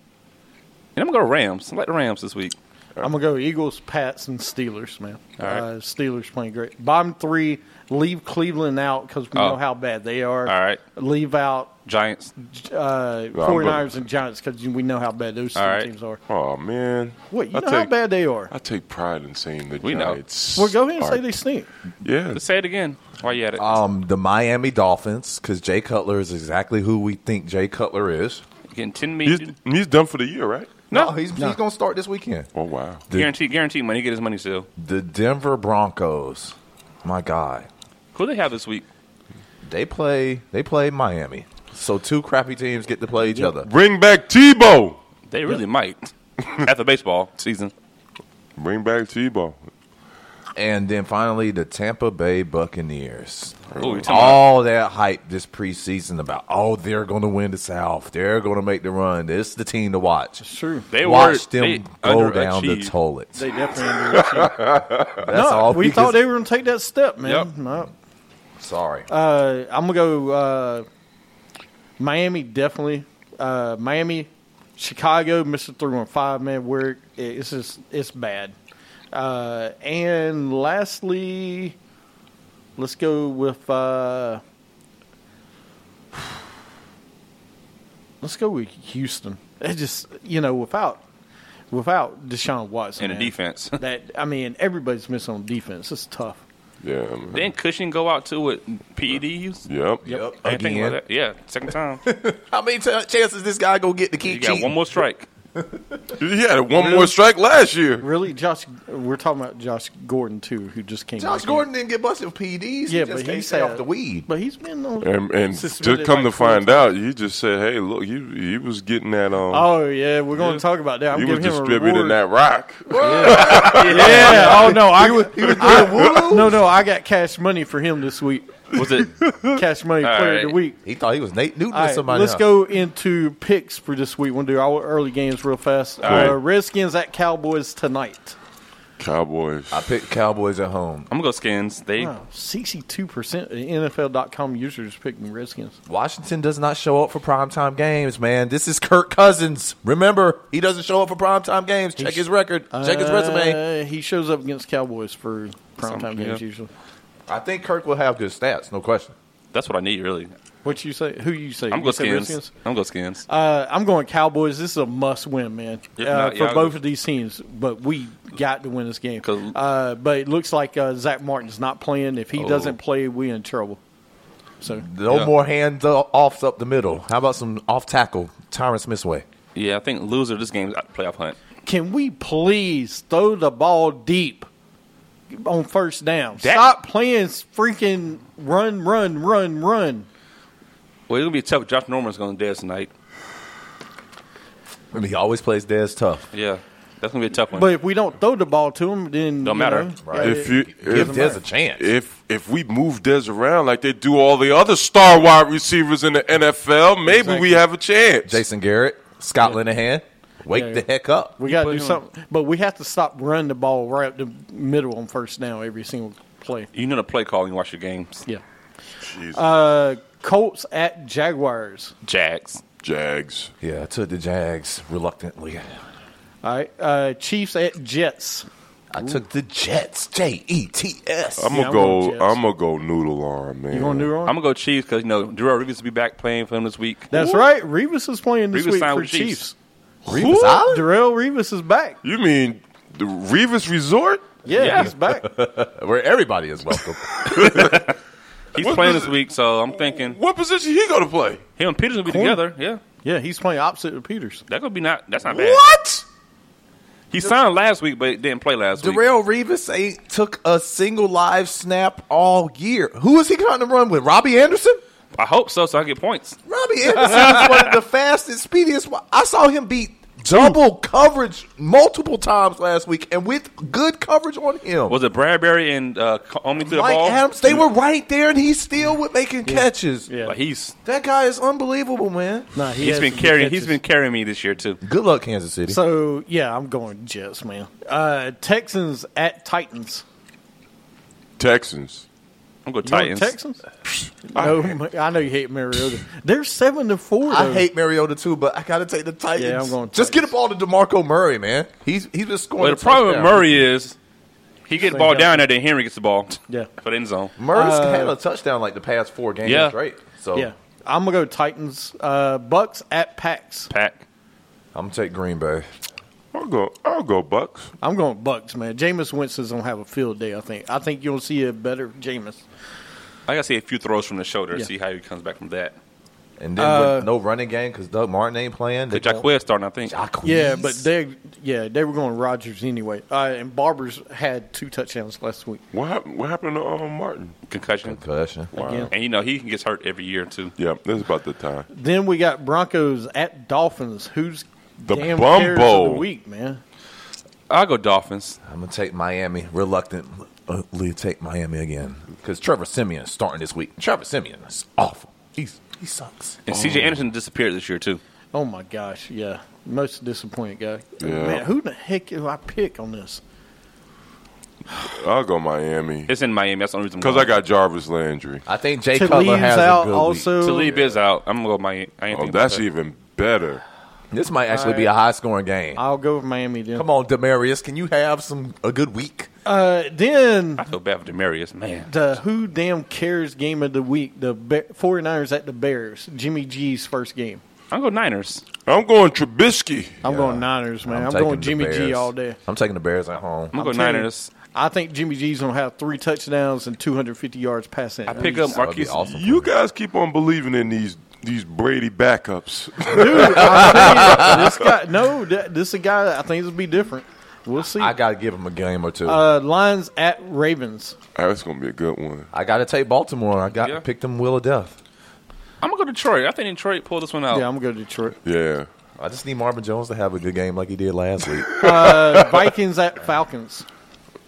Speaker 6: and I'm going to go Rams. I like the Rams this week.
Speaker 1: I'm gonna go Eagles, Pats, and Steelers, man.
Speaker 6: All right.
Speaker 1: Uh, Steelers playing great. Bottom three, leave Cleveland out because we
Speaker 6: Oh.
Speaker 1: know how bad they are.
Speaker 6: All right.
Speaker 1: Leave out
Speaker 6: Giants.
Speaker 1: uh,
Speaker 7: Well, I'm
Speaker 1: 49ers and Giants because we know how bad those two
Speaker 6: All right.
Speaker 1: teams are.
Speaker 7: Oh man,
Speaker 1: What you
Speaker 7: I
Speaker 1: know
Speaker 7: take,
Speaker 1: how bad they are.
Speaker 7: I take pride in saying the
Speaker 6: We know.
Speaker 7: Giants.
Speaker 1: Well, go ahead and
Speaker 7: are-
Speaker 1: say they stink.
Speaker 7: Yeah,
Speaker 6: Let's say it again while you at it.
Speaker 4: Um, the Miami Dolphins, because Jay Cutler is exactly who we think Jay Cutler is.
Speaker 6: Getting 10
Speaker 7: he's,
Speaker 6: million.
Speaker 7: he's done for the year, right?
Speaker 4: No, he's he's gonna start this weekend.
Speaker 7: Oh wow.
Speaker 6: Guarantee, guarantee money. Get his money still.
Speaker 4: The Denver Broncos. My God,
Speaker 6: Who they have this week?
Speaker 4: they play they play Miami. So two crappy teams get to play each other.
Speaker 7: Bring back Tebow.
Speaker 6: They really might. After baseball season.
Speaker 7: Bring back Tebow.
Speaker 4: And then finally, the Tampa Bay Buccaneers.
Speaker 6: Ooh, you're talking
Speaker 4: All that hype this preseason about, oh, they're going to win the South. They're going to make the run. This is the team to watch.
Speaker 1: True.
Speaker 6: They
Speaker 4: watch
Speaker 6: were,
Speaker 4: them
Speaker 6: they
Speaker 4: go down the
Speaker 6: underachieved.
Speaker 4: toilet.
Speaker 1: They definitely.
Speaker 4: That's
Speaker 1: no,
Speaker 4: all.
Speaker 1: we
Speaker 4: because-
Speaker 1: thought they were gonna take that step, man.
Speaker 6: Yep.
Speaker 1: No.
Speaker 4: Sorry.
Speaker 1: Uh, I'm gonna go uh, Miami definitely. Uh, Miami, Chicago, Mister Three One Five, man. Where it's just it's bad. Uh, and lastly, let's go with uh, let's go with Houston. It just you know without without Deshaun Watson
Speaker 6: And the
Speaker 1: man,
Speaker 6: defense.
Speaker 1: that I mean everybody's missing on defense. It's tough.
Speaker 7: Yeah. Man.
Speaker 6: Didn't Cushing go out too with PEDs?
Speaker 7: Yep.
Speaker 4: Yep.
Speaker 6: I didn't think about
Speaker 4: Again.
Speaker 6: that. Yeah, second time.
Speaker 4: How many t- chances this guy going to get to
Speaker 6: You
Speaker 4: keep
Speaker 6: got
Speaker 4: cheating?
Speaker 6: one more strike.
Speaker 7: He had one more strike last year.
Speaker 1: Really, Josh? We're talking about Josh Gordon too, who just came.
Speaker 4: Josh
Speaker 1: back in.
Speaker 4: Gordon didn't get busted with E PEDs.
Speaker 1: Yeah,
Speaker 4: he
Speaker 1: but
Speaker 4: just
Speaker 1: he
Speaker 4: can't stay
Speaker 1: said
Speaker 4: off the weed.
Speaker 1: But he's been on.
Speaker 7: And, and to
Speaker 1: suspended
Speaker 7: come
Speaker 1: like
Speaker 7: to
Speaker 1: four
Speaker 7: find
Speaker 1: times.
Speaker 7: out, he just said, "Hey, look, he he was getting that um,
Speaker 1: Oh yeah, we're going to talk about that. I'm
Speaker 7: he was
Speaker 1: giving him a
Speaker 7: distributing
Speaker 1: reward.
Speaker 7: that rock."
Speaker 1: Yeah. oh no, I I- no no, I got cash money for him this week.
Speaker 6: Was it?
Speaker 1: Cash money
Speaker 6: All
Speaker 1: player of the
Speaker 6: right.
Speaker 1: week.
Speaker 4: He thought he was Nate Newton
Speaker 1: All
Speaker 4: or
Speaker 1: right,
Speaker 4: somebody
Speaker 1: let's
Speaker 4: else.
Speaker 1: go into picks for this week. We'll do our early games real fast.
Speaker 7: right.
Speaker 1: Uh, Redskins at Cowboys tonight.
Speaker 7: Cowboys.
Speaker 4: I picked Cowboys at home.
Speaker 6: I'm gonna go Skins. They
Speaker 1: Wow, 62% of NFL.com users picking Redskins.
Speaker 4: Washington does not show up for primetime games, man. This is Kirk Cousins. Remember, he doesn't show up for primetime games. Check his record. Check his resume.
Speaker 1: Uh, he shows up against Cowboys for primetime
Speaker 6: yeah.
Speaker 1: games usually.
Speaker 4: I think Kirk will have good stats, no question.
Speaker 6: that's what I need really.
Speaker 1: What you say? Who you say?
Speaker 6: I'm gonna
Speaker 1: You
Speaker 6: go
Speaker 1: said
Speaker 6: Skins.
Speaker 1: Redskins?
Speaker 6: I'm gonna go Skins.
Speaker 1: Uh, I'm going Cowboys. This is a must win, man,
Speaker 6: Yeah,
Speaker 1: uh,
Speaker 6: nah,
Speaker 1: for
Speaker 6: y'all-
Speaker 1: both of these teams. But we got to win this game.
Speaker 6: 'Cause-
Speaker 1: Uh, but it looks like uh, Zach Martin's not playing. If he
Speaker 6: Oh.
Speaker 1: doesn't play, we in trouble. So
Speaker 4: No
Speaker 6: Yeah.
Speaker 4: more hands o- offs up the middle. How about some off tackle, Tyron Smith's way?
Speaker 6: Yeah, I think loser of this game is out the playoff hunt.
Speaker 1: can we please throw the ball deep on first down?
Speaker 6: That-
Speaker 1: Stop playing freaking run, run, run, run.
Speaker 6: Well, it's gonna be tough. Josh Norman's gonna dead tonight.
Speaker 4: I mean, he always plays Dez tough.
Speaker 6: Yeah, that's gonna be a tough one.
Speaker 1: But if we don't throw the ball to him, then
Speaker 6: Don't
Speaker 1: you
Speaker 6: matter.
Speaker 1: know, uh,
Speaker 4: Right.
Speaker 7: If you
Speaker 4: Give
Speaker 7: if,
Speaker 4: Dez a chance.
Speaker 7: if if we move Dez around like they do all the other star wide receivers in the NFL, maybe we have a chance.
Speaker 4: Jason Garrett, Scott Linehan, wake
Speaker 1: Yeah.
Speaker 4: the heck up.
Speaker 1: We got to
Speaker 6: put
Speaker 1: do
Speaker 6: him-
Speaker 1: something, but we have to stop running the ball right up the middle on first down every single play.
Speaker 6: you know the play call when you watch your games.
Speaker 1: Yeah.
Speaker 7: Jesus.
Speaker 1: Uh, Colts at Jaguars.
Speaker 6: Jags.
Speaker 7: Jags.
Speaker 4: Yeah, I took the Jags reluctantly.
Speaker 1: All right. Uh, Chiefs at Jets.
Speaker 4: I took the Jets, J E T S.
Speaker 7: I'm
Speaker 1: Yeah,
Speaker 7: gonna
Speaker 1: I'm
Speaker 7: go.
Speaker 1: going Jets.
Speaker 7: I'm gonna go noodle on man.
Speaker 1: You going to New Orleans?
Speaker 6: I'm gonna go Chiefs because you know Darrell Reeves will be back playing for them this week.
Speaker 1: That's right. Revis is playing this
Speaker 6: Revis
Speaker 1: week
Speaker 6: signed
Speaker 1: for
Speaker 6: with Chiefs.
Speaker 1: Chiefs.
Speaker 4: Revis Island?
Speaker 1: Darrell Revis is back.
Speaker 7: You mean the Revis Resort?
Speaker 1: Yeah,
Speaker 6: Yeah.
Speaker 1: he's back.
Speaker 4: Where everybody is welcome.
Speaker 6: He's
Speaker 7: What
Speaker 6: playing
Speaker 7: does
Speaker 6: this
Speaker 7: it-
Speaker 6: week, so I'm thinking
Speaker 7: What position he gonna play?
Speaker 6: him and Peters will be
Speaker 1: Corner.
Speaker 6: together. Yeah,
Speaker 1: Yeah, he's playing opposite of Peters.
Speaker 6: that could be not. That's not bad.
Speaker 7: What?
Speaker 6: He signed last week, but didn't play last week.
Speaker 4: Darrell Revis ain't took a single live snap all year. Who is he trying to run with? Robbie Anderson?
Speaker 6: I hope so, so I get points.
Speaker 4: Robbie Anderson is one of the fastest, speediest. wi- I saw him beat double coverage multiple times last week, and with good coverage on him.
Speaker 6: Was it Bradbury and uh, Omi to the
Speaker 4: Mike
Speaker 6: ball?
Speaker 4: Adams, they were right there, and he still was making catches.
Speaker 1: Yeah.
Speaker 6: Like, he's
Speaker 4: That guy is unbelievable, man.
Speaker 1: Nah, he
Speaker 6: he's
Speaker 1: has
Speaker 6: been
Speaker 1: some
Speaker 6: carrying
Speaker 1: catches.
Speaker 6: he's been carrying me this year too.
Speaker 4: Good luck, Kansas City.
Speaker 1: So, yeah, I'm going Jets, man. Uh, Texans at Titans.
Speaker 7: Texans.
Speaker 6: I'm going
Speaker 1: You going
Speaker 6: Titans.
Speaker 1: Texans? No, I know you hate Mariota. They're 7 to 4.
Speaker 4: I
Speaker 1: though.
Speaker 4: hate Mariota too, but I gotta take the Titans.
Speaker 1: Yeah, I'm going
Speaker 4: Just get a ball to Demarco Murray, man. He's he's been scoring.
Speaker 6: Well, the problem with
Speaker 4: touchdowns.
Speaker 6: Murray is he gets the ball down there, then Henry gets the ball.
Speaker 1: Yeah.
Speaker 6: For the end zone.
Speaker 4: Murray's
Speaker 1: Uh,
Speaker 4: had a touchdown like the past four games,
Speaker 6: Yeah.
Speaker 4: right? So
Speaker 1: Yeah. I'm going to go Titans. Uh, Bucks at Packs.
Speaker 6: Pack.
Speaker 4: I'm gonna take Green Bay.
Speaker 7: I'll go. I'll go Bucks.
Speaker 1: I'm going Bucks, man. Jameis Winston's going to have a field day, I think. I think you'll see a better Jameis.
Speaker 6: I gotta see a few throws from the shoulder
Speaker 1: Yeah.
Speaker 6: see how he comes back from that.
Speaker 4: And then
Speaker 1: Uh,
Speaker 4: with no running game because Doug Martin ain't playing. They won't-
Speaker 6: Jaquez starting, I think.
Speaker 4: Jacquez.
Speaker 1: Yeah, but they yeah they were going Rodgers anyway. Uh, and Barbers had two touchdowns last week.
Speaker 7: What happened? What happened to uh, Martin?
Speaker 6: Concussion.
Speaker 4: concussion.
Speaker 1: Again.
Speaker 6: And you know, he gets hurt every year too.
Speaker 7: Yeah, this is about the time.
Speaker 1: Then we got Broncos at Dolphins. Who's
Speaker 7: The
Speaker 1: damn
Speaker 7: Bumbo.
Speaker 1: cares of the week, man?
Speaker 6: I'll go Dolphins.
Speaker 4: I'm gonna take Miami. Reluctantly take Miami again because Trevor Simeon is starting this week. Trevor Simeon is awful. He's he sucks.
Speaker 6: And CJ Anderson disappeared this year too.
Speaker 1: Oh my gosh, yeah, most disappointed guy.
Speaker 7: Yeah.
Speaker 1: Man, who the heck do I pick on this?
Speaker 7: I'll go Miami
Speaker 6: It's in Miami. That's the only reason.
Speaker 7: because I got Jarvis Landry.
Speaker 4: I think Jay Cutler
Speaker 1: Tlaib's
Speaker 4: has a
Speaker 1: out
Speaker 4: good
Speaker 1: also.
Speaker 6: Talib is out. I'm gonna go Miami. I ain't
Speaker 7: Oh,
Speaker 6: thinking
Speaker 7: that's
Speaker 6: about that.
Speaker 7: even better.
Speaker 4: week. This might actually be a high scoring game.
Speaker 1: I'll go with Miami then.
Speaker 4: Come on, Demarius, can you have some a good week?
Speaker 1: Uh, then
Speaker 6: I feel bad for Demarius, man.
Speaker 1: the who damn cares game of the week. The Be- 49ers at the Bears. Jimmy G's first game.
Speaker 6: I'll go Niners.
Speaker 7: I'm going Trubisky.
Speaker 1: I'm going Niners, man. I'm, going
Speaker 4: taking
Speaker 1: Jimmy
Speaker 4: the
Speaker 1: G
Speaker 4: Bears.
Speaker 1: all day.
Speaker 4: I'm taking the Bears at home.
Speaker 6: I'm
Speaker 1: I'm
Speaker 6: gonna go
Speaker 1: telling you,
Speaker 6: Niners.
Speaker 1: I think Jimmy G's gonna have three touchdowns and 250 yards passing.
Speaker 6: I pick up
Speaker 4: That would be
Speaker 6: Marquise.
Speaker 4: awesome.
Speaker 7: You guys keep on believing in these these Brady backups.
Speaker 1: Dude, I'm telling you, this guy. No, th- this is a guy. That I think will be different. We'll see.
Speaker 4: I gotta give him a game or two.
Speaker 1: uh, Lions at Ravens.
Speaker 7: Ah, That's gonna be a good one.
Speaker 4: I gotta take Baltimore. I got
Speaker 6: Yeah.
Speaker 4: to pick them will of death.
Speaker 6: I'm gonna go Detroit. I think Detroit pulled this one out.
Speaker 4: Oh.
Speaker 1: Yeah, I'm gonna go Detroit.
Speaker 7: Yeah.
Speaker 4: I just need Marvin Jones to have a good game like he did last week.
Speaker 1: Uh, Vikings at Falcons.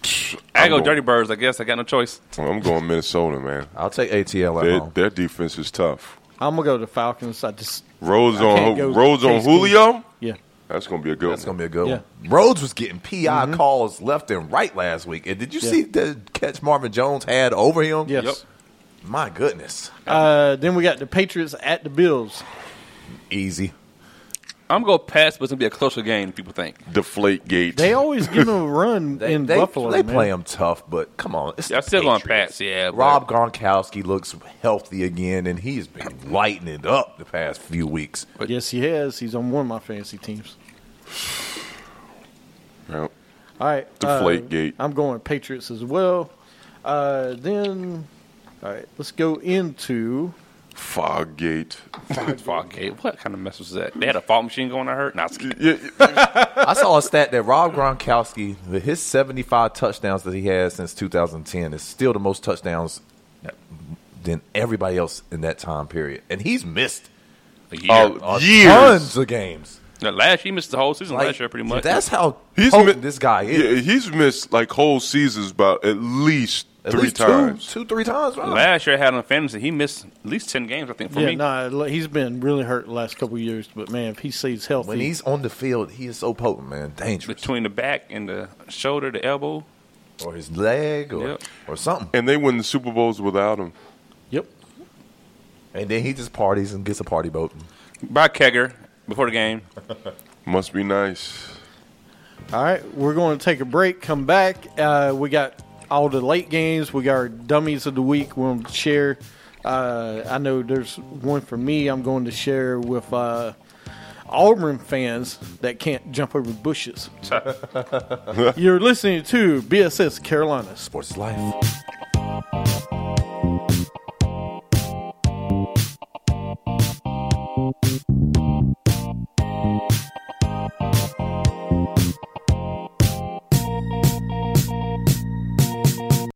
Speaker 6: I
Speaker 7: I'm
Speaker 6: go
Speaker 7: going-
Speaker 6: Dirty Birds. I guess I got no choice.
Speaker 7: I'm going Minnesota, man.
Speaker 4: I'll take ATL at
Speaker 7: Their,
Speaker 4: home.
Speaker 7: their defense is tough.
Speaker 1: I'm gonna go to Falcons. I just
Speaker 7: Rose
Speaker 1: can't
Speaker 7: on
Speaker 1: go
Speaker 7: Rose on
Speaker 1: Case
Speaker 7: Julio.
Speaker 1: yeah.
Speaker 7: That's gonna be a good.
Speaker 4: That's
Speaker 7: one.
Speaker 4: gonna be a good one. Rhodes was getting PI
Speaker 1: Mm-hmm.
Speaker 4: calls left and right last week. And did you see the catch Marvin Jones had over him?
Speaker 1: Yes. Yep.
Speaker 4: My goodness.
Speaker 1: Uh, then we got the Patriots at the Bills.
Speaker 4: Easy.
Speaker 6: I'm going to pass, but it's going to be a closer game than people think.
Speaker 7: Deflate gate.
Speaker 1: They always give them a run
Speaker 4: They,
Speaker 1: in
Speaker 4: they,
Speaker 1: Buffalo.
Speaker 4: they
Speaker 1: man.
Speaker 4: play him tough, but come on. It's
Speaker 6: Yeah, I'm
Speaker 4: the
Speaker 6: still going
Speaker 4: Patriots.
Speaker 6: pass. Yeah, but-
Speaker 4: Rob Gronkowski looks healthy again, and he's been lighting it up the past few weeks.
Speaker 1: Yes, he has. He's on one of my fantasy teams.
Speaker 7: Yep.
Speaker 1: All right.
Speaker 7: Deflate
Speaker 1: uh,
Speaker 7: gate.
Speaker 1: I'm going Patriots as well. Uh, then, all right, let's go into.
Speaker 7: Fog gate.
Speaker 6: Fargate. What kind of mess was that? They had a fog machine going, I heard. Nah, it's good.
Speaker 7: Yeah,
Speaker 4: I saw a stat that Rob Gronkowski, with his 75 touchdowns that he has since 2010, is still the most touchdowns than everybody else in that time period. And he's missed
Speaker 6: a year.
Speaker 7: Oh,
Speaker 4: a
Speaker 7: years.
Speaker 4: tons of games.
Speaker 6: Now, last year, he missed the whole season last year, pretty much.
Speaker 4: That's how
Speaker 7: He's
Speaker 4: potent
Speaker 7: mi-
Speaker 4: this guy is.
Speaker 7: Yeah, he's missed like whole seasons about at least
Speaker 4: At
Speaker 7: three
Speaker 4: least two-
Speaker 7: times.
Speaker 4: two, three times. Rob.
Speaker 6: last year, I had on fantasy. He missed at least 10 games, I think, for
Speaker 1: yeah,
Speaker 6: me.
Speaker 1: nah, l- he's been really hurt the last couple of years, but man, if he stays healthy,
Speaker 4: When he's on the field, he is so potent, man. Dangerous.
Speaker 6: Between the back and the shoulder, the elbow.
Speaker 4: Or his leg or,
Speaker 6: Yep.
Speaker 4: or something.
Speaker 7: And they win the Super Bowls without him.
Speaker 1: yep.
Speaker 4: And then he just parties and gets a party boat.
Speaker 6: By Kegger before the game.
Speaker 7: Must be nice.
Speaker 1: All right, we're going to take a break. Come back. Uh, we got all the late games. We got our dummies of the week. We're going to share. Uh, I know there's one for me. I'm going to share with uh, Auburn fans that can't jump over bushes. You're listening to BSS Carolina
Speaker 4: Sports life.